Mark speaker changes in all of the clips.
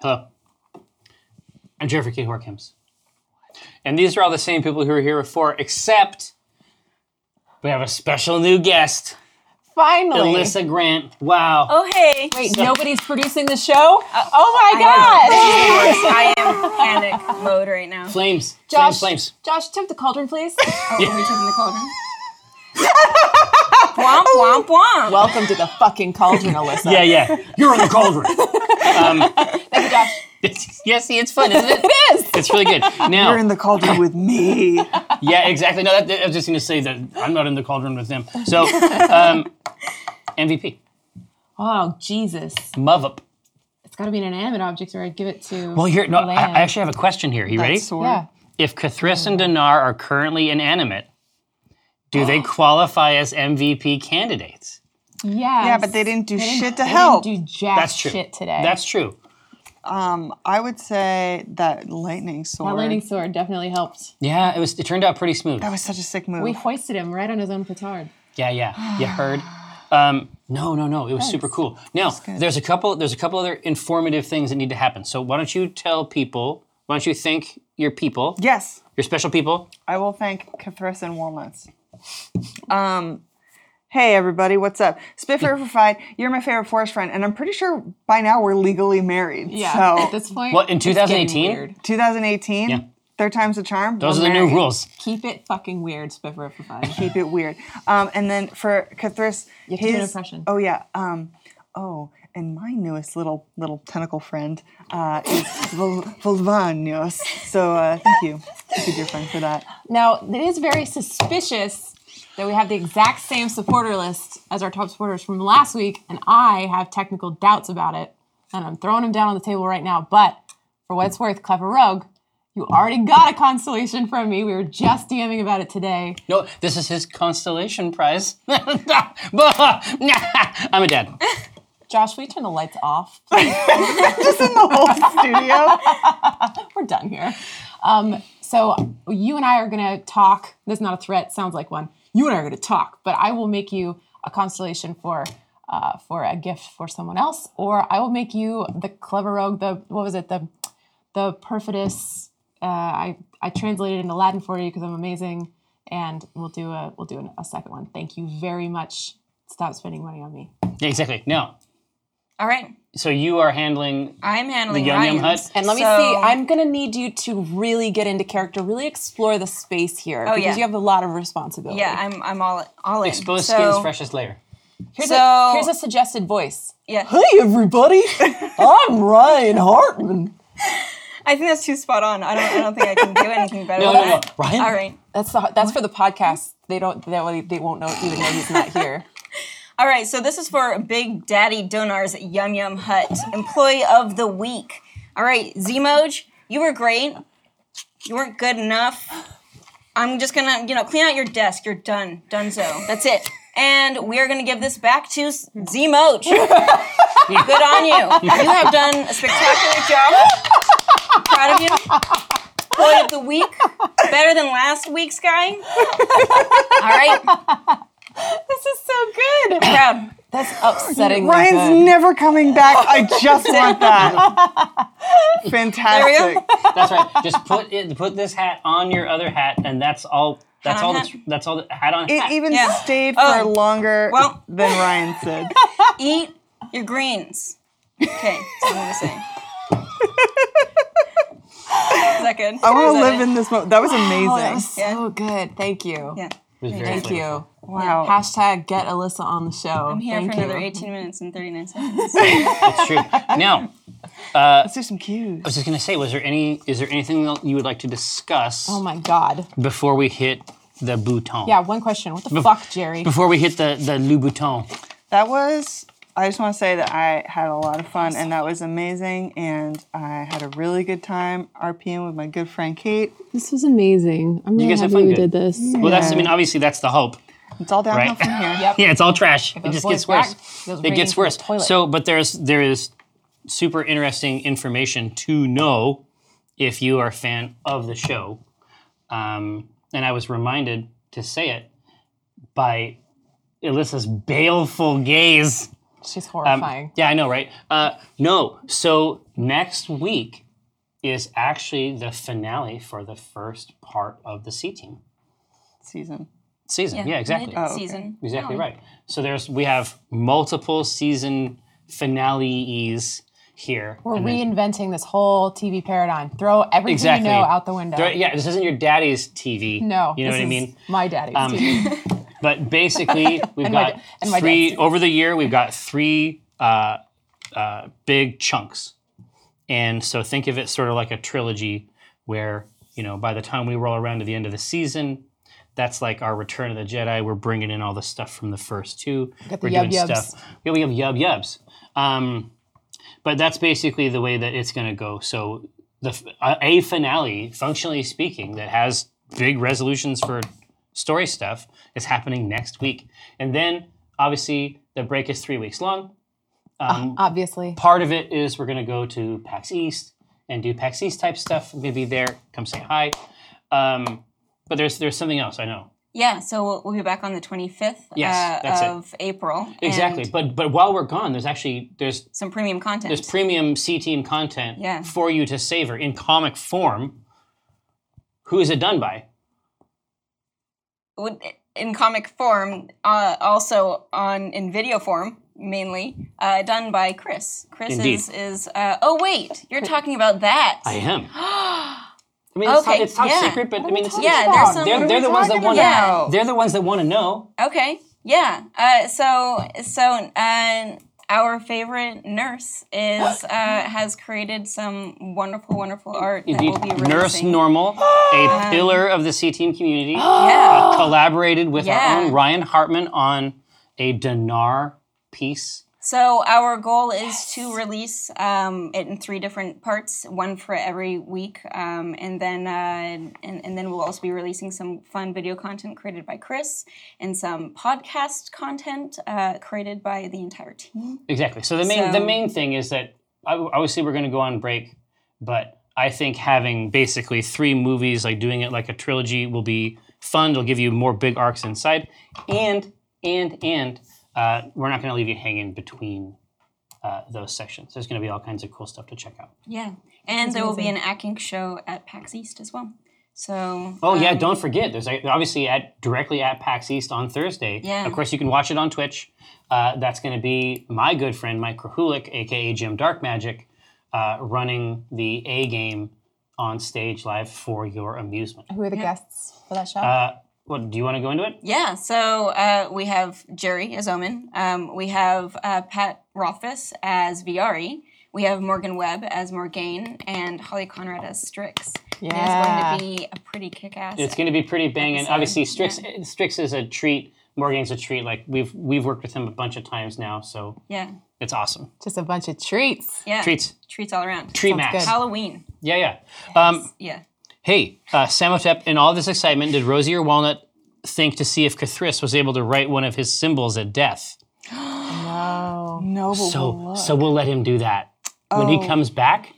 Speaker 1: Hello. I'm Jeffrey K. Horkins. And these are all the same people who were here before, except we have a special new guest,
Speaker 2: Finally.
Speaker 1: Alyssa Grant. Wow.
Speaker 3: Oh hey!
Speaker 2: Wait, nobody's producing the show?
Speaker 4: Uh,
Speaker 2: oh my God.
Speaker 3: I am in panic mode right now.
Speaker 1: Flames.
Speaker 2: Josh,
Speaker 1: Flames,
Speaker 2: Josh, tip the cauldron, please.
Speaker 3: Oh, are we taking the cauldron? womp womp womp.
Speaker 2: Welcome to the fucking cauldron, Alyssa.
Speaker 1: flames. Yeah, yeah. You're in the cauldron. um, yeah, see, it's fun, isn't it?
Speaker 2: It is.
Speaker 1: It's really good. Now,
Speaker 4: You're in the cauldron with me.
Speaker 1: yeah, exactly. No, that, that- I was just going to say that I'm not in the cauldron with them. So, um, MVP,
Speaker 2: Oh, Jesus.
Speaker 1: Muv up.
Speaker 2: It's got to be an inanimate object or I'd give it to.
Speaker 1: Well, here, no, I,
Speaker 2: Land.
Speaker 1: I actually have a question here. You ready?
Speaker 2: Yeah.
Speaker 1: If Kathris and Dinar are currently inanimate, do they qualify as MVP candidates?
Speaker 2: Yes.
Speaker 4: Yeah, but they didn't do
Speaker 2: They
Speaker 4: shit to
Speaker 2: they
Speaker 4: help.
Speaker 2: didn't do jack
Speaker 1: That's true.
Speaker 2: shit today.
Speaker 1: That's true.
Speaker 4: Um, I would say that lightning sword.
Speaker 2: that lightning sword definitely helped.
Speaker 1: Yeah, it was. It turned out pretty smooth.
Speaker 4: That was such a sick move.
Speaker 2: We hoisted him right on his own petard.
Speaker 1: Yeah, yeah. You heard? Um, no, no, no. It was super cool. Now, there's a couple. There's a couple other informative things that need to happen. So why don't you tell people? Why don't you thank your people?
Speaker 4: yes,
Speaker 1: Your special people.
Speaker 4: I will thank Cathris and Walnuts. Um, hey everybody, what's up? Spitfire for Fight. You're my favorite forest friend, and I'm pretty sure by now we're legally married.
Speaker 2: At
Speaker 4: So
Speaker 2: this point,
Speaker 1: What in
Speaker 2: it's getting
Speaker 1: 2018?
Speaker 2: weird.
Speaker 4: 2018.
Speaker 1: Yeah.
Speaker 4: Third time's the charm.
Speaker 1: Those
Speaker 4: we're
Speaker 1: are the
Speaker 4: married.
Speaker 1: new rules.
Speaker 2: Keep it fucking weird, Spiffer for fun.
Speaker 4: keep it weird. Um, and then for Cathris,
Speaker 2: have to do an
Speaker 4: his
Speaker 2: impression.
Speaker 4: oh yeah, um, oh, and my newest little little tentacle friend uh, is Vol- Volvanios. So uh, thank you, thank you, dear friend, for that.
Speaker 2: Now, it is very suspicious that we have the exact same supporter list as our top supporters from last week, and I have technical doubts about it. And I'm throwing them down on the table right now. But for what it's worth, Clever Rogue, you already got a consolation from me. We were just DMing about it today.
Speaker 1: No, this is his constellation prize. I'm a dad.
Speaker 2: Josh, will you turn the lights off? please?
Speaker 4: Just in the whole studio.
Speaker 2: we're done here. Um, so you and I are going to talk. This is not a threat. Sounds like one. You and I are going to talk, but I will make you a constellation for uh, for a gift for someone else, or I will make you the clever rogue. The what was it? The the perfidus. Uh, I I translated in Aladdin for you because I'm amazing, and we'll do a we'll do an, a second one. Thank you very much. Stop spending money on me.
Speaker 1: Yeah, exactly. No.
Speaker 3: All right,
Speaker 1: So you are handling
Speaker 3: I'm handling
Speaker 1: Yum Yum
Speaker 3: Ryan's.
Speaker 1: Hut?
Speaker 2: And let
Speaker 3: So-
Speaker 2: me see. I'm gonna need you to really get into character, really explore the space here because
Speaker 3: Oh, yeah.
Speaker 2: you have a lot of responsibility.
Speaker 3: Yeah, I'm I'm all all in.
Speaker 1: exposed
Speaker 3: so,
Speaker 1: skins freshest layer.
Speaker 2: Here's,
Speaker 3: So-
Speaker 2: a, here's a suggested voice.
Speaker 3: Yeah,
Speaker 2: Hey everybody, I'm Ryan Hartman.
Speaker 3: I think that's too spot on. I don't I don't think I can do anything better.
Speaker 1: No,
Speaker 3: than
Speaker 1: no, no.
Speaker 3: that.
Speaker 1: Ryan?
Speaker 3: All right,
Speaker 2: That's the, that's for the podcast. They don't they, won't- they won't know even though he's not here.
Speaker 3: all right. So this is for Big Daddy Donar's Yum Yum Hut Employee of the Week. All right, Zmoj, you were great. You weren't good enough. I'm just gonna you know clean out your desk. You're done, Dunzo. That's it. And we are gonna give this back to S- Zmoj. good on you. You have done a spectacular job. Proud of you. Employee of the week. Better than last week's guy. All right.
Speaker 2: This is so good.
Speaker 3: Proud.
Speaker 2: That's upsetting.
Speaker 4: Ryan's never coming back. I just want that.
Speaker 3: There we
Speaker 4: Fantastic.
Speaker 1: That's right. Just put it, put this hat on your other hat, and that's all. That's
Speaker 3: on
Speaker 1: all.
Speaker 3: hat.
Speaker 1: That's, that's all. The, hat on.
Speaker 4: It
Speaker 1: hat.
Speaker 4: even
Speaker 3: Yeah.
Speaker 4: stayed for
Speaker 3: Oh.
Speaker 4: longer
Speaker 3: Well-
Speaker 4: than Ryan said.
Speaker 3: Eat your greens. Okay, that's what I'm gonna say. Is that good?
Speaker 4: I want to live in this moment. That was amazing.
Speaker 2: Oh, that was so good. Thank you.
Speaker 3: Yeah.
Speaker 1: It was very
Speaker 2: Thank
Speaker 1: flavorful.
Speaker 2: you.
Speaker 4: wow.
Speaker 2: Hashtag get Alyssa on the show.
Speaker 3: I'm here
Speaker 2: Thank
Speaker 3: for another
Speaker 2: you.
Speaker 3: 18 minutes and 39 seconds.
Speaker 1: It's true. Now, I
Speaker 4: Let's do some cues.
Speaker 1: was just gonna say, was there any? Is there anything else you would like to discuss
Speaker 2: Oh my god.
Speaker 1: before we hit the bouton?
Speaker 2: Yeah. One question. What the fuck, Jerry?
Speaker 1: Before we hit the the Louboutin.
Speaker 4: That was. I just want to say that I had a lot of fun, and that was amazing. And I had a really good time RPing with my good friend Kate.
Speaker 5: This was amazing. I'm really
Speaker 1: guys have
Speaker 5: happy
Speaker 1: fun
Speaker 5: we did
Speaker 1: good.
Speaker 5: this.
Speaker 1: Well, that's. I mean, obviously, that's the hope.
Speaker 4: It's all downhill
Speaker 1: Right.
Speaker 4: from here.
Speaker 1: Yeah, it's all trash. It
Speaker 2: those
Speaker 1: just
Speaker 2: boys
Speaker 1: gets worse.
Speaker 2: back, those
Speaker 1: it
Speaker 2: ratings
Speaker 1: gets
Speaker 2: in the
Speaker 1: worse.
Speaker 2: toilet.
Speaker 1: So, but there's there is super interesting information to know if you are a fan of the show. Um, and I was reminded to say it by Alyssa's baleful gaze.
Speaker 2: She's horrifying.
Speaker 1: Yeah, I know, right? Uh, no. So next week is actually the finale for the first part of the C team
Speaker 4: season.
Speaker 1: season. Yeah, exactly. Oh,
Speaker 3: Season.
Speaker 1: Exactly right. So there's we have multiple season finales here.
Speaker 2: We're reinventing this whole TV paradigm. Throw everything
Speaker 1: Exactly.
Speaker 2: you know out the window.
Speaker 1: There- yeah, this isn't your daddy's TV.
Speaker 2: No,
Speaker 1: you know
Speaker 2: this
Speaker 1: what I
Speaker 2: is
Speaker 1: mean. Um,
Speaker 2: My daddy's TV.
Speaker 1: But basically, we've
Speaker 2: my
Speaker 1: got
Speaker 2: da- and my
Speaker 1: three
Speaker 2: dad's-
Speaker 1: over the year. We've got three uh, uh, big chunks, and so think of it sort of like a trilogy, where you know by the time we roll around to the end of the season, that's like our Return of the Jedi. We're bringing in all the stuff from the first two.
Speaker 2: Got the
Speaker 1: We're
Speaker 2: yub yubs.
Speaker 1: Yeah, we have yub yubs. Um, but that's basically the way that it's going to go. So the f- a- a finale, functionally speaking, that has big resolutions for story stuff is happening next week, and then obviously the break is three weeks long. Um,
Speaker 2: Uh-huh. Obviously,
Speaker 1: part of it is we're going to go to PAX East and do PAX East type stuff. Maybe there, come say hi. Um, but there's there's something else I know
Speaker 3: Yeah, so we'll, we'll be back on the 25th
Speaker 1: Yes,
Speaker 3: uh,
Speaker 1: that's it.
Speaker 3: of April.
Speaker 1: exactly.
Speaker 3: and
Speaker 1: But but while we're gone, there's actually there's
Speaker 3: Some premium content.
Speaker 1: there's premium C team content
Speaker 3: Yeah.
Speaker 1: for you to savor in comic form. Who is it done by?
Speaker 3: Would- in comic form, uh, also on in video form mainly, uh, done by Chris. Chris is,
Speaker 1: Indeed.
Speaker 3: is uh, oh wait, you're talking about that.
Speaker 1: I am. I mean, it's,
Speaker 3: Okay,
Speaker 1: top, it's top
Speaker 3: yeah.
Speaker 1: secret, but I mean, it's
Speaker 3: yeah, there's some.
Speaker 1: they're, they're the ones that
Speaker 4: talking
Speaker 1: want
Speaker 3: about?
Speaker 1: to. They're the ones that want to know.
Speaker 3: Okay. Yeah. Uh, so so uh, our favorite nurse is uh, has created some wonderful, wonderful art
Speaker 1: Indeed,
Speaker 3: that we'll be
Speaker 1: Nurse
Speaker 3: releasing.
Speaker 1: Normal, a pillar of the C Team community,
Speaker 3: Yeah.
Speaker 1: uh, collaborated with
Speaker 3: Yeah.
Speaker 1: our own Ryan Hartman on a Dinar piece.
Speaker 3: So our goal is to release um, it in three different parts, one for every week, um, and then uh, and, and then we'll also be releasing some fun video content created by Chris and some podcast content uh, created by the entire team.
Speaker 1: Exactly. So the main
Speaker 3: So-
Speaker 1: the main thing is that ob- obviously we're going to go on break, but I think having basically three movies, like doing it like a trilogy, will be fun. It'll give you more big arcs inside, and and and uh, we're not going to leave you hanging between uh, those sections. There's going to be all kinds of cool stuff to check out.
Speaker 3: Yeah, and there will be an acting show at PAX East as well. So
Speaker 1: Oh yeah, don't forget. There's like, obviously at directly at PAX East on Thursday.
Speaker 3: Yeah.
Speaker 1: Of course, you can watch it on Twitch. Uh, that's going to be my good friend Mike Krahulik, aka Jim Dark Magic, uh, running the A game on stage live for your amusement.
Speaker 2: who are the guests for that show?
Speaker 1: Uh, what do you want to go into it?
Speaker 3: Yeah, so uh, we have Jerry as Omen. Um, we have uh, Pat Rothfuss as Viari. We have Morgan Webb as Morgaine and Holly Conrad as Strix.
Speaker 2: Yeah.
Speaker 3: And it's going to be a pretty kick ass.
Speaker 1: It's going to be pretty banging. Obviously, Strix Strix is a treat. Morgan's a treat. Like we've we've worked with him a bunch of times now, so
Speaker 3: yeah,
Speaker 1: it's awesome.
Speaker 2: Just a bunch of treats.
Speaker 3: yeah.
Speaker 1: Treats,
Speaker 3: Treats all around.
Speaker 1: treat max.
Speaker 2: good.
Speaker 3: Halloween.
Speaker 1: Yeah, yeah. Um,
Speaker 3: Yeah.
Speaker 1: Hey, uh, Samotep, in all this excitement, did Rosie or Walnut think to see if Cathris was able to write one of his symbols at death?
Speaker 2: Oh,
Speaker 4: No, but
Speaker 1: So,
Speaker 4: we'll look.
Speaker 1: so we'll let him do that. When
Speaker 4: Oh.
Speaker 1: he comes back,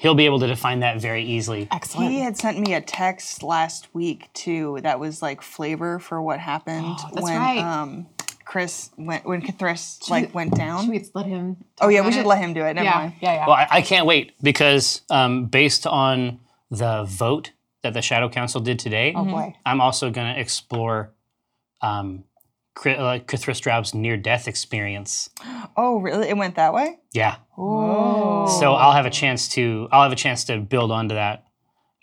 Speaker 1: he'll be able to define that very easily.
Speaker 2: excellent.
Speaker 4: He had sent me a text last week too that was like flavor for what happened
Speaker 2: Oh, that's
Speaker 4: when
Speaker 2: right.
Speaker 4: um Chris went when Cathris like went
Speaker 2: Should
Speaker 4: down.
Speaker 2: we let him?
Speaker 4: oh yeah, we
Speaker 2: about
Speaker 4: should
Speaker 2: it?
Speaker 4: let him do it. Never
Speaker 2: Yeah,
Speaker 4: mind.
Speaker 2: yeah, yeah.
Speaker 1: Well, I, I can't wait because um, based on the vote that the Shadow Council did today,
Speaker 2: Oh,
Speaker 4: Oh. Mm-hmm.
Speaker 2: boy.
Speaker 1: I'm also going to explore um, Cri- uh, Cathris Straub's near death experience.
Speaker 4: Oh really? It went that way?
Speaker 1: Yeah.
Speaker 2: Oh.
Speaker 1: So I'll have a chance to I'll have a chance to build onto that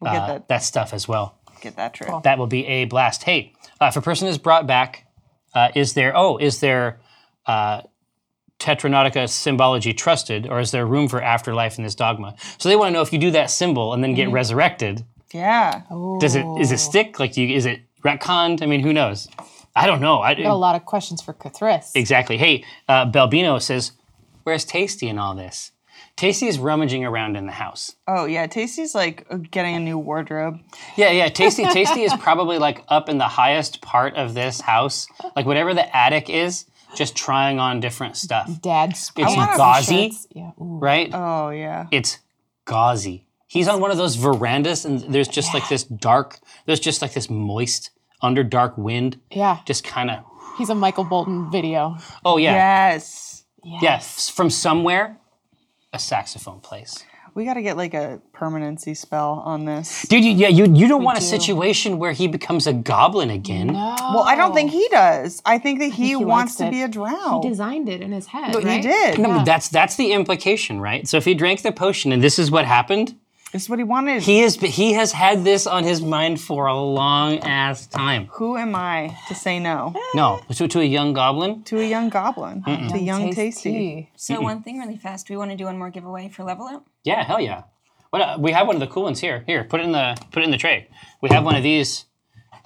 Speaker 4: We'll
Speaker 1: uh,
Speaker 4: get that
Speaker 1: that stuff as well.
Speaker 4: get that trip.
Speaker 1: that will be a blast. Hey, uh, if a person is brought back, uh, is there oh is there uh, Tetranautica symbology trusted, or is there room for afterlife in this dogma? So they want to know if you do that symbol and then get resurrected,
Speaker 4: Yeah.
Speaker 2: Oh.
Speaker 1: does it is it stick? Like do you, is it retconned? I mean, who knows? I don't know. I,
Speaker 2: Got a lot of questions for Cathris.
Speaker 1: Exactly. Hey, uh, Balbino says, where's Tasty in all this? Tasty is rummaging around in the house.
Speaker 4: Oh yeah. Tasty's like getting a new wardrobe.
Speaker 1: Yeah, yeah. Tasty Tasty is probably like up in the highest part of this house. Like whatever the attic is, just trying on different stuff.
Speaker 2: Dad's
Speaker 1: It's
Speaker 4: wanna-
Speaker 1: gauzy,
Speaker 2: Yeah. Ooh.
Speaker 1: right?
Speaker 4: Oh yeah.
Speaker 1: It's gauzy. He's on one of those verandas and there's just like this dark, there's just like this moist under dark wind.
Speaker 2: Yeah.
Speaker 1: Just kind of
Speaker 2: He's a Michael Bolton video.
Speaker 1: Oh yeah.
Speaker 4: Yes.
Speaker 1: Yes, from somewhere, a saxophone plays.
Speaker 4: We got to get like a permanency spell on this.
Speaker 1: Dude, you, yeah, you you don't want a situation where he becomes a goblin again.
Speaker 4: Well, I don't think he does. I think that he, wants
Speaker 2: likes
Speaker 4: to
Speaker 2: it.
Speaker 4: be a drow.
Speaker 2: He designed it in his head.
Speaker 4: But
Speaker 2: right?
Speaker 4: he did.
Speaker 1: No, but that's that's the implication, right? So if he drank the potion and this is what happened,
Speaker 4: This is what he wanted.
Speaker 1: he is he has had this on his mind for a long ass time.
Speaker 4: Who am I to say no
Speaker 1: No, to, to a young goblin.
Speaker 4: to a young goblin, to young tasty?
Speaker 3: So one thing really fast. Do we want to do one more giveaway for level up?
Speaker 1: Yeah, hell yeah. What, uh, we have one of the cool ones here. Here, put it in the put it in the tray. We have one of these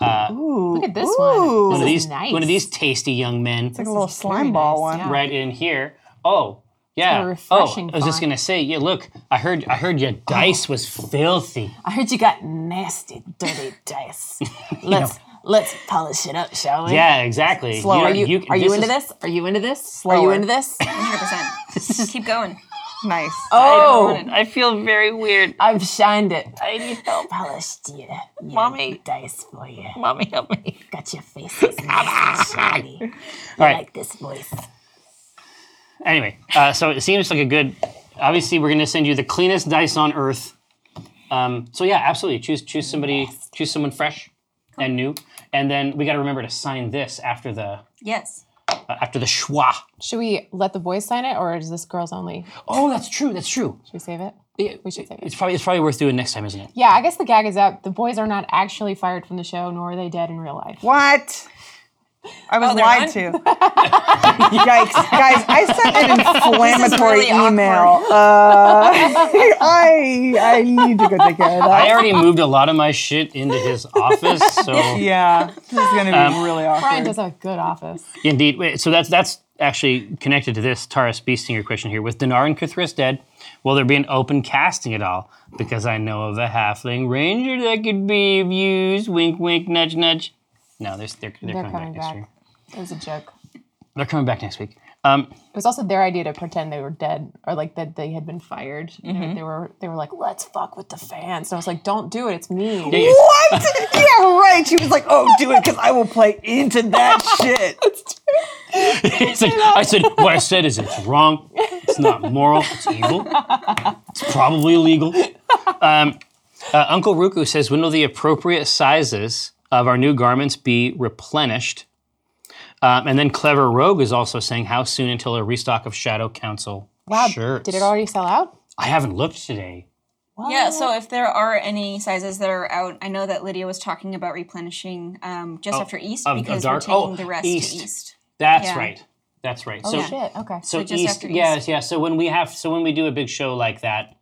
Speaker 2: Look at this
Speaker 4: Ooh.
Speaker 2: one.
Speaker 1: one
Speaker 2: This
Speaker 1: of
Speaker 2: is
Speaker 1: these
Speaker 2: nice.
Speaker 1: one of these tasty young men
Speaker 4: Like a little slime ball one.
Speaker 2: yeah.
Speaker 1: right in here. Oh. Yeah.
Speaker 2: got a refreshing
Speaker 1: oh, I was just
Speaker 2: font. Oh.
Speaker 1: gonna say. Yeah. Look, I heard. I heard your dice was filthy.
Speaker 2: I heard you got nasty, dirty dice. Let's let's polish it up, shall we?
Speaker 1: Yeah. Exactly.
Speaker 4: Slower.
Speaker 2: Are you, are you
Speaker 1: this
Speaker 2: into
Speaker 1: is-
Speaker 2: this? Are you into this? Are you
Speaker 4: Slower.
Speaker 2: into this?
Speaker 3: 100%. Just keep going.
Speaker 4: Nice.
Speaker 2: Oh,
Speaker 1: I feel very weird.
Speaker 2: I've shined it.
Speaker 1: I need help.
Speaker 2: Polished your, your
Speaker 1: Mommy.
Speaker 2: dice for you.
Speaker 1: Mommy, help me.
Speaker 2: Got your faces nice and shiny. You
Speaker 1: All right.
Speaker 2: like this voice.
Speaker 1: Anyway, uh, so it seems like a good. Obviously, we're going to send you the cleanest dice on earth. Um, so yeah, absolutely. Choose choose somebody. Choose someone fresh and new. And then we got to remember to sign this after the uh,
Speaker 3: Yes.
Speaker 1: after the schwa.
Speaker 2: Should we let the boys sign it, or is this girls only? Should
Speaker 1: Oh, that's true. That's true.
Speaker 2: we save it? We should save it.
Speaker 1: It's probably it's probably worth doing next time, isn't it?
Speaker 2: Yeah, I guess the gag is that the boys are not actually fired from the show, nor are they dead in real life.
Speaker 4: What? I was
Speaker 3: Oh, they're
Speaker 4: lied
Speaker 3: on-
Speaker 4: to. Yikes, guys! I sent an inflammatory
Speaker 3: This is really
Speaker 4: email. Uh, I I need to go take care of that.
Speaker 1: I already moved a lot of my shit into his office, so
Speaker 4: Yeah, this is gonna be really awkward.
Speaker 2: Brian does have a good office.
Speaker 1: Indeed. Wait, So that's that's actually connected to this Taurus Beastinger question here. With Dinar and Cthulhu's dead, will there be an open casting at all? Because I know of a halfling ranger that could be of use. Wink, wink, nudge, nudge. No, they're, they're, they're,
Speaker 2: They're
Speaker 1: coming,
Speaker 2: coming
Speaker 1: back, next
Speaker 2: back.
Speaker 1: week.
Speaker 2: It was a joke.
Speaker 1: They're coming back next week. Um,
Speaker 2: It was also their idea to pretend they were dead or like that they had been fired. You know,
Speaker 1: Mm-hmm.
Speaker 2: They were they were like, let's fuck with the fans. And I was like, don't do it. It's me.
Speaker 1: yeah, yeah.
Speaker 4: What? yeah, right. She was like, "Oh, do it, because I will play into that shit."
Speaker 1: It's like, I said, what I said is it's wrong. It's not moral. It's evil. It's probably illegal. Um, uh, Uncle Ruku says, when will the appropriate sizes of our new garments be replenished? Um, and then Clever Rogue is also saying, how soon until a restock of Shadow Council
Speaker 2: Wow,
Speaker 1: shirts?
Speaker 2: Did it already sell out?
Speaker 1: I haven't looked today.
Speaker 3: Yeah,
Speaker 2: Oh.
Speaker 3: so if there are any sizes that are out, I know that Lydia was talking about replenishing um, just after East
Speaker 1: of- of
Speaker 3: because
Speaker 1: Oh, dark-
Speaker 3: we're taking
Speaker 1: oh,
Speaker 3: the rest
Speaker 1: East.
Speaker 3: to East.
Speaker 1: That's
Speaker 3: Yeah.
Speaker 1: right. That's right.
Speaker 2: Oh shit. Okay.
Speaker 1: So
Speaker 3: just
Speaker 1: east,
Speaker 3: after
Speaker 1: yes, yeah. So when we have, so when we do a big show like that,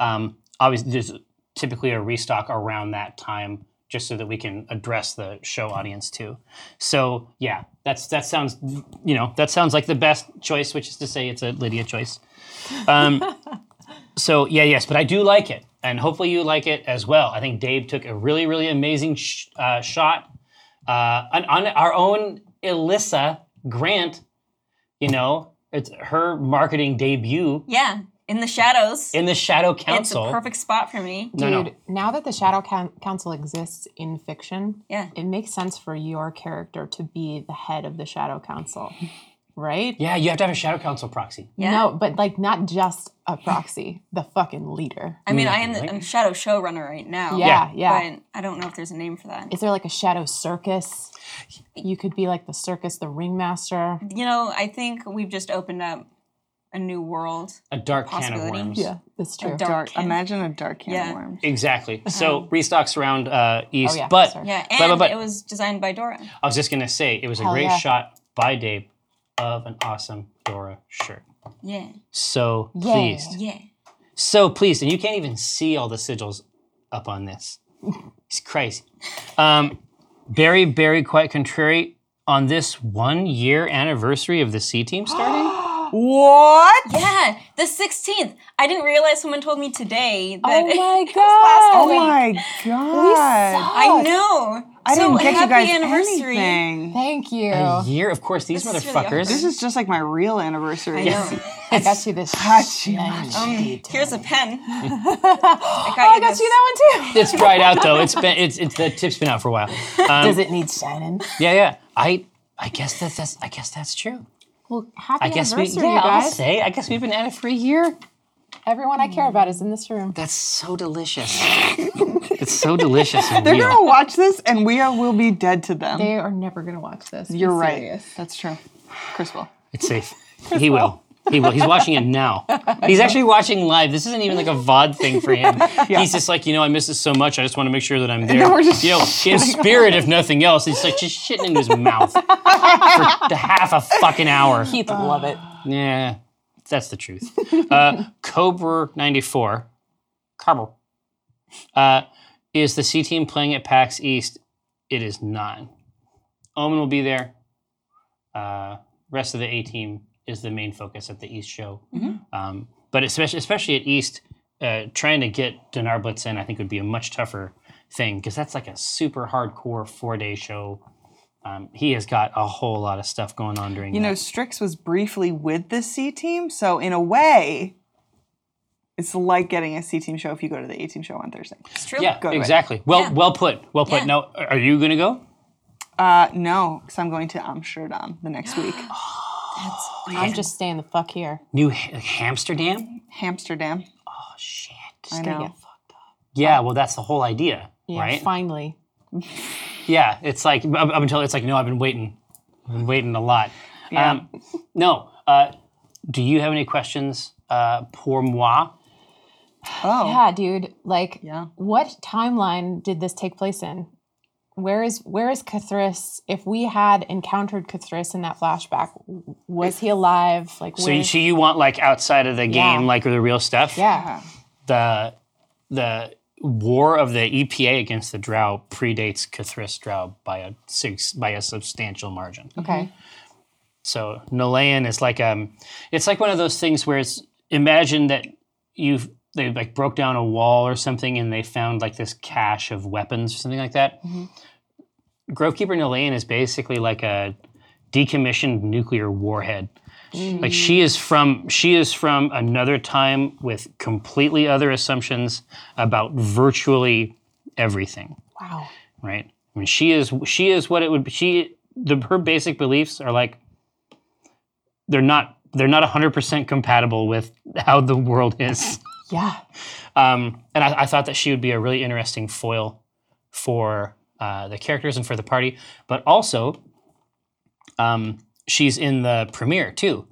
Speaker 1: um, obviously there's typically a restock around that time, just so that we can address the show audience too. So yeah, that's that sounds, you know, that sounds like the best choice, which is to say, it's a Lydia choice. Um, so yeah, yes, but I do like it, and hopefully you like it as well. I think Dave took a really, really amazing sh- uh, shot uh, on, on our own Alyssa Grant. You know, it's her marketing debut
Speaker 3: Yeah, in the shadows.
Speaker 1: in the Shadow
Speaker 3: It's a
Speaker 1: Council.
Speaker 3: perfect spot for me.
Speaker 1: no, no.
Speaker 2: Dude, now that the Shadow Coun- Council exists in fiction,
Speaker 3: Yeah.
Speaker 2: it makes sense for your character to be the head of the Shadow Council, right?
Speaker 1: Yeah, you have to have a Shadow Council proxy.
Speaker 3: Yeah.
Speaker 2: No, but like not just a proxy, the fucking leader.
Speaker 3: I mean, I am the
Speaker 1: Mm-hmm.
Speaker 3: I'm shadow showrunner right
Speaker 1: Oh,
Speaker 3: now.
Speaker 2: Yeah, yeah.
Speaker 3: But I don't know if there's a name for that.
Speaker 2: Is there like a shadow circus? You could be like the circus, the ringmaster.
Speaker 3: You know, I think we've just opened up a new world.
Speaker 1: A dark can of worms.
Speaker 3: Possibility.
Speaker 2: that's true.
Speaker 4: Dark.
Speaker 3: can.
Speaker 4: Imagine a dark can
Speaker 3: Yeah.
Speaker 4: of worms.
Speaker 1: Exactly. So restocks around uh, east,
Speaker 2: Uh-huh. Oh, yeah,
Speaker 1: but
Speaker 2: sorry.
Speaker 3: Yeah, and
Speaker 1: but- but-
Speaker 3: it was designed by Dora.
Speaker 1: I was just gonna say it was a
Speaker 2: Hell
Speaker 1: great
Speaker 2: yeah.
Speaker 1: shot by Dave of an awesome Dora shirt.
Speaker 3: Yeah,
Speaker 1: So
Speaker 2: Yay.
Speaker 1: pleased.
Speaker 3: yeah.
Speaker 1: so pleased, and you can't even see all the sigils up on this. It's crazy. Um, very, very quite contrary on this one year anniversary of the C team starting.
Speaker 4: What?
Speaker 3: Yeah, the 16th. I didn't realize someone told me today that.
Speaker 2: Oh my god!
Speaker 4: Oh my god!
Speaker 3: I know.
Speaker 4: I
Speaker 3: so
Speaker 4: didn't get
Speaker 3: happy
Speaker 4: you guys
Speaker 3: anniversary.
Speaker 4: anything.
Speaker 2: Thank you.
Speaker 1: a
Speaker 2: I
Speaker 1: year, of course, these
Speaker 3: This is really
Speaker 1: motherfuckers.
Speaker 4: This is just like my real anniversary.
Speaker 3: I know.
Speaker 2: got you this.
Speaker 4: Hachi.
Speaker 2: nice detail.
Speaker 3: Here's a pen. I got
Speaker 2: Oh,
Speaker 3: you
Speaker 2: I got
Speaker 3: this.
Speaker 2: you that one too.
Speaker 1: it's dried out though. It's been it's it's the tip's been out for a while. Um,
Speaker 2: Does it need shining?
Speaker 1: yeah, yeah. I I guess that that's I guess that's true.
Speaker 2: Well, happy
Speaker 1: I guess we,
Speaker 2: anniversary,
Speaker 1: yeah,
Speaker 2: you
Speaker 1: I'll
Speaker 2: guys.
Speaker 1: say. Hmm. I guess we've been at it for a year.
Speaker 2: Everyone I care about is in this room.
Speaker 1: That's so delicious. it's so delicious. and
Speaker 4: They're
Speaker 1: real.
Speaker 4: gonna watch this, and we are, will be dead to them.
Speaker 2: They are never going to watch this. Be
Speaker 4: You're right.
Speaker 2: serious.
Speaker 4: That's true. Chris will.
Speaker 1: It's safe. He will. He will. He's watching it now. He's actually watching live. This isn't even like a VOD thing for him. He's just like, you know, I miss this so much. I just want to make sure that I'm there.
Speaker 4: we're just
Speaker 1: you know, in spirit, if nothing else. He's like just shitting into his mouth for the half a fucking hour.
Speaker 2: Keith would love it.
Speaker 1: Yeah, that's the truth. Uh, Cobra 94, Cobra, uh, is the C team playing at PAX East. It is not. Omen will be there. Uh, rest of the A team is the main focus at the East show. Um, but especially, especially at East, uh, trying to get Dinar Blitz in, I think, would be a much tougher thing because that's like a super hardcore four day show. Um, he has got a whole lot of stuff going on during
Speaker 4: You know,
Speaker 1: that.
Speaker 4: Strix was briefly with the C team, so in a way, it's like getting a C team show if you go to the A team show on Thursday.
Speaker 3: It's true.
Speaker 1: Yeah,
Speaker 4: to it.
Speaker 1: exactly. Well, well put. Well put.
Speaker 3: Yeah.
Speaker 1: Now, are you going to go?
Speaker 4: Uh, no, because I'm going to Amsterdam the next week.
Speaker 2: I'm just staying the fuck here.
Speaker 1: New Ha- Hamsterdam?
Speaker 4: Amsterdam.
Speaker 1: Oh shit.
Speaker 4: I
Speaker 2: Gonna
Speaker 4: know.
Speaker 2: get fucked.
Speaker 1: Yeah. Well, that's the whole idea,
Speaker 2: Yeah,
Speaker 1: right?
Speaker 2: finally.
Speaker 1: Yeah. It's like up, up until it's like no, I've been waiting. I've been waiting a lot.
Speaker 4: Yeah.
Speaker 1: Um, no. Uh, do you have any questions uh, pour moi?
Speaker 4: Oh,
Speaker 2: Yeah, dude. Like,
Speaker 4: Yeah.
Speaker 2: what timeline did this take place in? Where is where is Cathris? If we had encountered Cathris in that flashback, w- was he alive? Like,
Speaker 1: So, you,
Speaker 2: where,
Speaker 1: so you want like outside of the
Speaker 2: Yeah.
Speaker 1: game, like the real stuff?
Speaker 2: yeah,
Speaker 1: The the war of the EPA against the Drow predates Cathris Drow by a six by a substantial margin.
Speaker 2: okay,
Speaker 1: So Nolayan is like um, it's like one of those things where it's imagine that you've they like broke down a wall or something and they found like this cache of weapons or something like that. Grovekeeper Nolayan is basically like a decommissioned nuclear warhead. Like she is from she is from another time with completely other assumptions about virtually everything
Speaker 2: wow,
Speaker 1: right? I mean, she is she is what it would be. She the her basic beliefs are like they're not they're not hundred percent compatible with how the world is.
Speaker 2: yeah,
Speaker 1: Um, and I, I thought that she would be a really interesting foil for uh, the characters and for the party, but also um, she's in the premiere too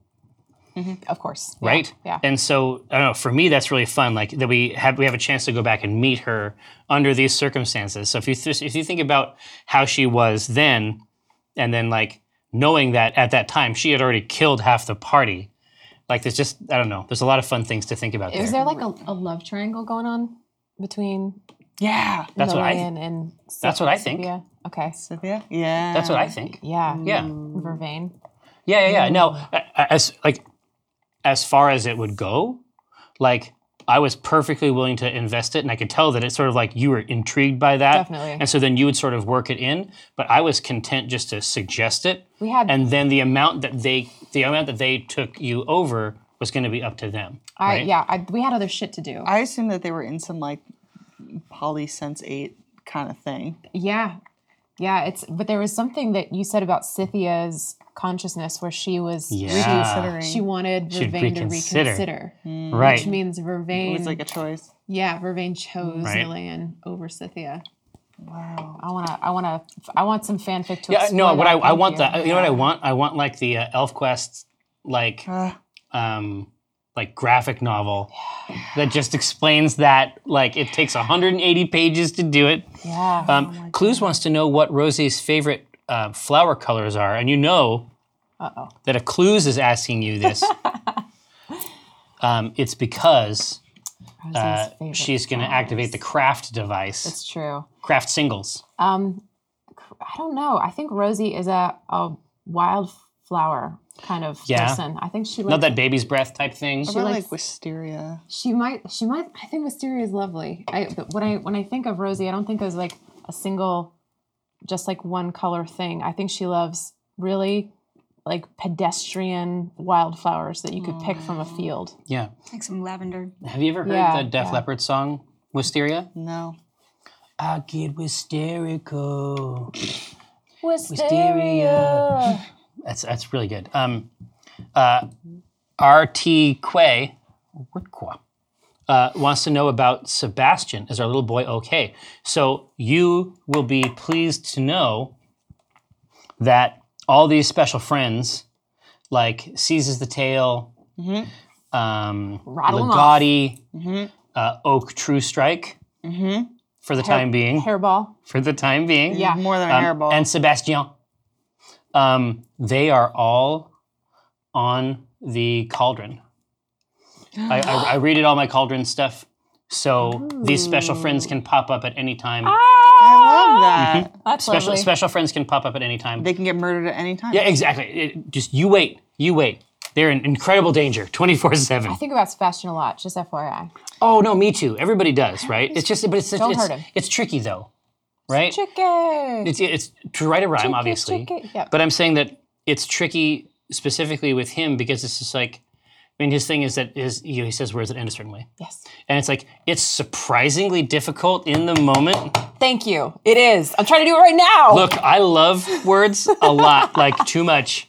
Speaker 2: of course, Yeah,
Speaker 1: right?
Speaker 2: Yeah,
Speaker 1: And so I don't know. For me, that's really fun. Like that we have we have a chance to go back and meet her under these circumstances. So if you th- if you think about how she was then, and then like knowing that at that time she had already killed half the party, like there's just I don't know. There's a lot of fun things to think about.
Speaker 2: is
Speaker 1: there.
Speaker 2: there like a, a love triangle going on between
Speaker 4: yeah.
Speaker 1: That's what I-
Speaker 2: Lillian and
Speaker 1: That's what I think.
Speaker 2: Yeah, Mm. okay,
Speaker 4: Sophia? Yeah.
Speaker 1: That's what I think.
Speaker 2: yeah,
Speaker 1: Yeah.
Speaker 2: Vervain,
Speaker 1: Yeah, yeah,
Speaker 2: Mm-hmm.
Speaker 1: yeah. No, a- a- as like as far as it would go, like I was perfectly willing to invest it, and I could tell that it's sort of like you were intrigued by that,
Speaker 2: Definitely.
Speaker 1: and so then you would sort of work it in. But I was content just to suggest it,
Speaker 2: we had
Speaker 1: and then the amount that they the amount that they took you over was going to be up to them.
Speaker 2: I
Speaker 1: right?
Speaker 2: yeah, I, we had other shit to do.
Speaker 4: I assume that they were in some like poly sense eight kind of thing.
Speaker 2: Yeah. Yeah, it's but there was something that you said about Scythia's consciousness where she was
Speaker 1: Yeah.
Speaker 2: she wanted
Speaker 1: She'd
Speaker 2: Vervain to
Speaker 1: reconsider.
Speaker 2: reconsider.
Speaker 1: right.
Speaker 2: Which means
Speaker 4: Hmm. It
Speaker 2: Vervain
Speaker 4: was like a choice.
Speaker 2: Yeah, Vervain chose
Speaker 1: Right.
Speaker 2: Nillian over Scythia. Wow. I wanna I wanna I want some fanfic to
Speaker 1: Yeah,
Speaker 2: explore
Speaker 1: no, what I,
Speaker 2: that.
Speaker 1: I
Speaker 2: Thank
Speaker 1: want
Speaker 2: you.
Speaker 1: that. You know what I want? I want like the uh, ElfQuest like
Speaker 4: Ah.
Speaker 1: um like graphic novel that just explains that like it takes 180 pages to do it.
Speaker 2: Yeah. oh
Speaker 1: Um, Clues wants to know what Rosie's favorite uh, flower colors are, and you know that if Clues is asking you this, um, it's because
Speaker 2: Rose's
Speaker 1: uh,
Speaker 2: favorite.
Speaker 1: she's going to activate the craft device,
Speaker 2: It's true.
Speaker 1: craft singles.
Speaker 2: Um I don't know. I think Rosie is a, a wildflower kind of
Speaker 1: Yeah.
Speaker 2: person. I think she
Speaker 1: Not
Speaker 2: likes
Speaker 1: that baby's breath type thing.
Speaker 4: What about
Speaker 2: likes-
Speaker 4: like wisteria?
Speaker 2: She might. She might. I think Wisteria is lovely. I but when I when I think of Rosie, I don't think of like a single, just like one color thing. I think she loves really like pedestrian wildflowers that you could pick from a field.
Speaker 1: Yeah.
Speaker 3: Like some lavender.
Speaker 1: Have you ever heard
Speaker 2: Yeah,
Speaker 1: the Def
Speaker 2: yeah.
Speaker 1: Leppard song Wisteria?
Speaker 4: No.
Speaker 1: I get hysterical.
Speaker 2: Wisteria.
Speaker 1: Wisteria. That's that's really good. Um, Uh, RT Quay, Wurtqua, uh, wants to know about Sebastian. Is our little boy okay? So you will be pleased to know that all these special friends, like Seizes the Tail, um,
Speaker 2: Mm-hmm. Rattle 'em off. Mm-hmm.
Speaker 1: Ligotti, uh, Oak True Strike,
Speaker 4: Mm-hmm.
Speaker 1: for the time being,
Speaker 2: Hairball.
Speaker 1: for the time being,
Speaker 2: Yeah.
Speaker 4: More than a
Speaker 1: um,
Speaker 4: hairball.
Speaker 1: and Sebastian. Um, they are all on the cauldron. I, I, I rated all my cauldron stuff, so these special friends can pop up at any time.
Speaker 4: I love
Speaker 1: Mm-hmm.
Speaker 4: that.
Speaker 2: That's
Speaker 1: special
Speaker 2: Oh, lovely.
Speaker 1: special friends can pop up at any time.
Speaker 4: They can get murdered at any time.
Speaker 1: yeah, exactly. It- just you wait, you wait. They're in incredible danger, twenty four seven.
Speaker 2: I think about Sebastian a lot, just FYI.
Speaker 1: Oh no, me too. Everybody does, right? It's just, but it's
Speaker 2: Don't
Speaker 1: it's,
Speaker 2: hurt him.
Speaker 1: it's tricky though, right?
Speaker 2: Chicken.
Speaker 1: It's it's to write a rhyme, obviously.
Speaker 2: chicken, yep.
Speaker 1: But I'm saying that it's tricky specifically with him because it's just like, I mean, his thing is that is you know, he says words that end a certain way,
Speaker 2: Yes.
Speaker 1: and it's like it's surprisingly difficult in the moment.
Speaker 2: Thank you. It is. I'm trying to do it right now.
Speaker 1: Look, I love words a lot, like too much.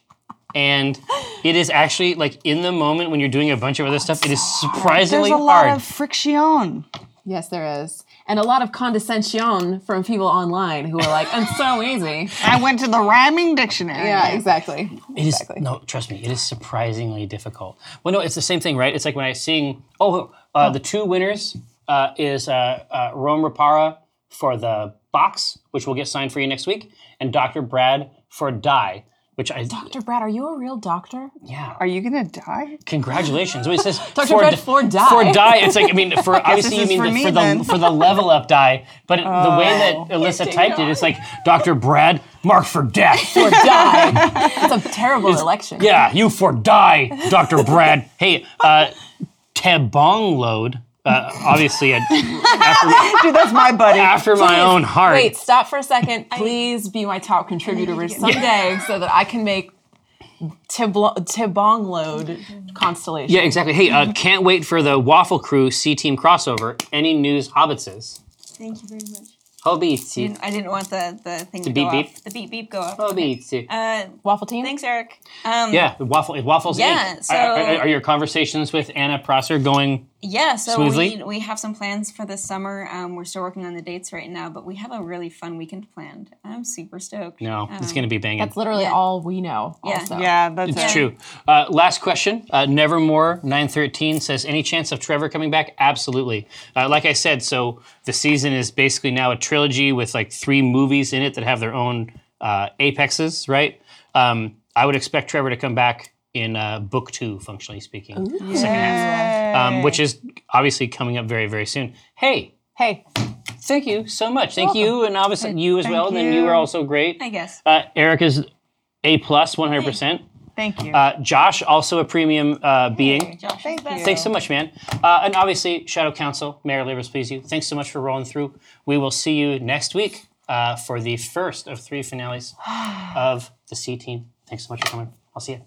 Speaker 1: And it is actually like in the moment when you're doing a bunch of other stuff, it is
Speaker 4: There's
Speaker 1: surprisingly
Speaker 4: a lot
Speaker 1: hard.
Speaker 4: of friction.
Speaker 2: Yes, there is. And a lot of condescension from people online who are like, I'm so easy.
Speaker 4: I went to the rhyming dictionary.
Speaker 2: Yeah, exactly.
Speaker 1: It is no, trust me, it is surprisingly difficult. Well, no, it's the same thing, right? It's like when I sing. Oh, uh, the two winners uh, is uh, uh, Rome Rapara for the box, which will get signed for you next week, and Dr. Brad for die, which I
Speaker 2: Dr. Brad, are you a real doctor?
Speaker 1: yeah.
Speaker 4: Are you gonna die?
Speaker 1: Congratulations! Well, it says Dr.
Speaker 2: Brad for die.
Speaker 1: For die, it's like I mean for obviously
Speaker 4: this
Speaker 1: you mean
Speaker 4: is for
Speaker 1: the,
Speaker 4: me
Speaker 1: for
Speaker 4: then.
Speaker 1: the for the level up die, but it- the way that Alyssa typed it, it's like Dr. Brad mark for death.
Speaker 2: Or die. That's a terrible election.
Speaker 1: Yeah, you for die, Dr. Brad. Hey, uh, Tabong load, uh, obviously a, after,
Speaker 4: Dude, that's my buddy.
Speaker 1: after my own heart.
Speaker 2: Wait, stop for a second. Please be my top contributor someday so that I can make Tiblo- Tibong load constellation.
Speaker 1: Yeah, exactly. Hey, uh, can't wait for the Waffle Crew C Team crossover. Any news, Hobbitses?
Speaker 3: Thank you very much.
Speaker 1: Hobbitsi.
Speaker 3: I didn't want the, the thing to
Speaker 1: beep
Speaker 3: go
Speaker 1: beep? Oh.
Speaker 3: off. The beep beep go off.
Speaker 1: Hobbitsi.
Speaker 3: Uh,
Speaker 2: Waffle team?
Speaker 3: thanks, Eric. Um,
Speaker 1: yeah, the waffle. It waffles.
Speaker 3: Yeah,
Speaker 1: Inc.
Speaker 3: so-
Speaker 1: are, are- are your conversations with Anna Prosser going?
Speaker 3: Yeah, so
Speaker 1: Smoothly?
Speaker 3: we we have some plans for this summer. Um, we're still working on the dates right now, but we have a really fun weekend planned. I'm super stoked.
Speaker 1: No, it's going to be banging.
Speaker 2: That's literally all we know.
Speaker 3: Yeah.
Speaker 2: Also.
Speaker 4: yeah, that's
Speaker 1: It's
Speaker 4: it.
Speaker 1: true. Uh, last question. Uh, Nevermore nine thirteen says, "Any chance of Trevor coming back? Absolutely. Uh, like I said, so the season is basically now a trilogy with like three movies in it that have their own uh, apexes, right? Um, I would expect Trevor to come back in uh, book two, functionally speaking, second half, um, which is obviously coming up very, very soon. Hey,
Speaker 2: Hey,
Speaker 1: thank you so much. Thank you, and obviously you as well. And then you are also great.
Speaker 3: I guess.
Speaker 1: Uh, Erica's a plus, one hundred percent.
Speaker 4: Thank you.
Speaker 1: Uh, Josh, also a premium uh, being.
Speaker 3: Josh,
Speaker 4: Thank you.
Speaker 1: Thanks so much, man. Uh, and obviously, Shadow Council, Mayor Labors, please you. Thanks so much for rolling through. We will see you next week uh, for the first of three finales of the C Team. Thanks so much for coming. I'll see you.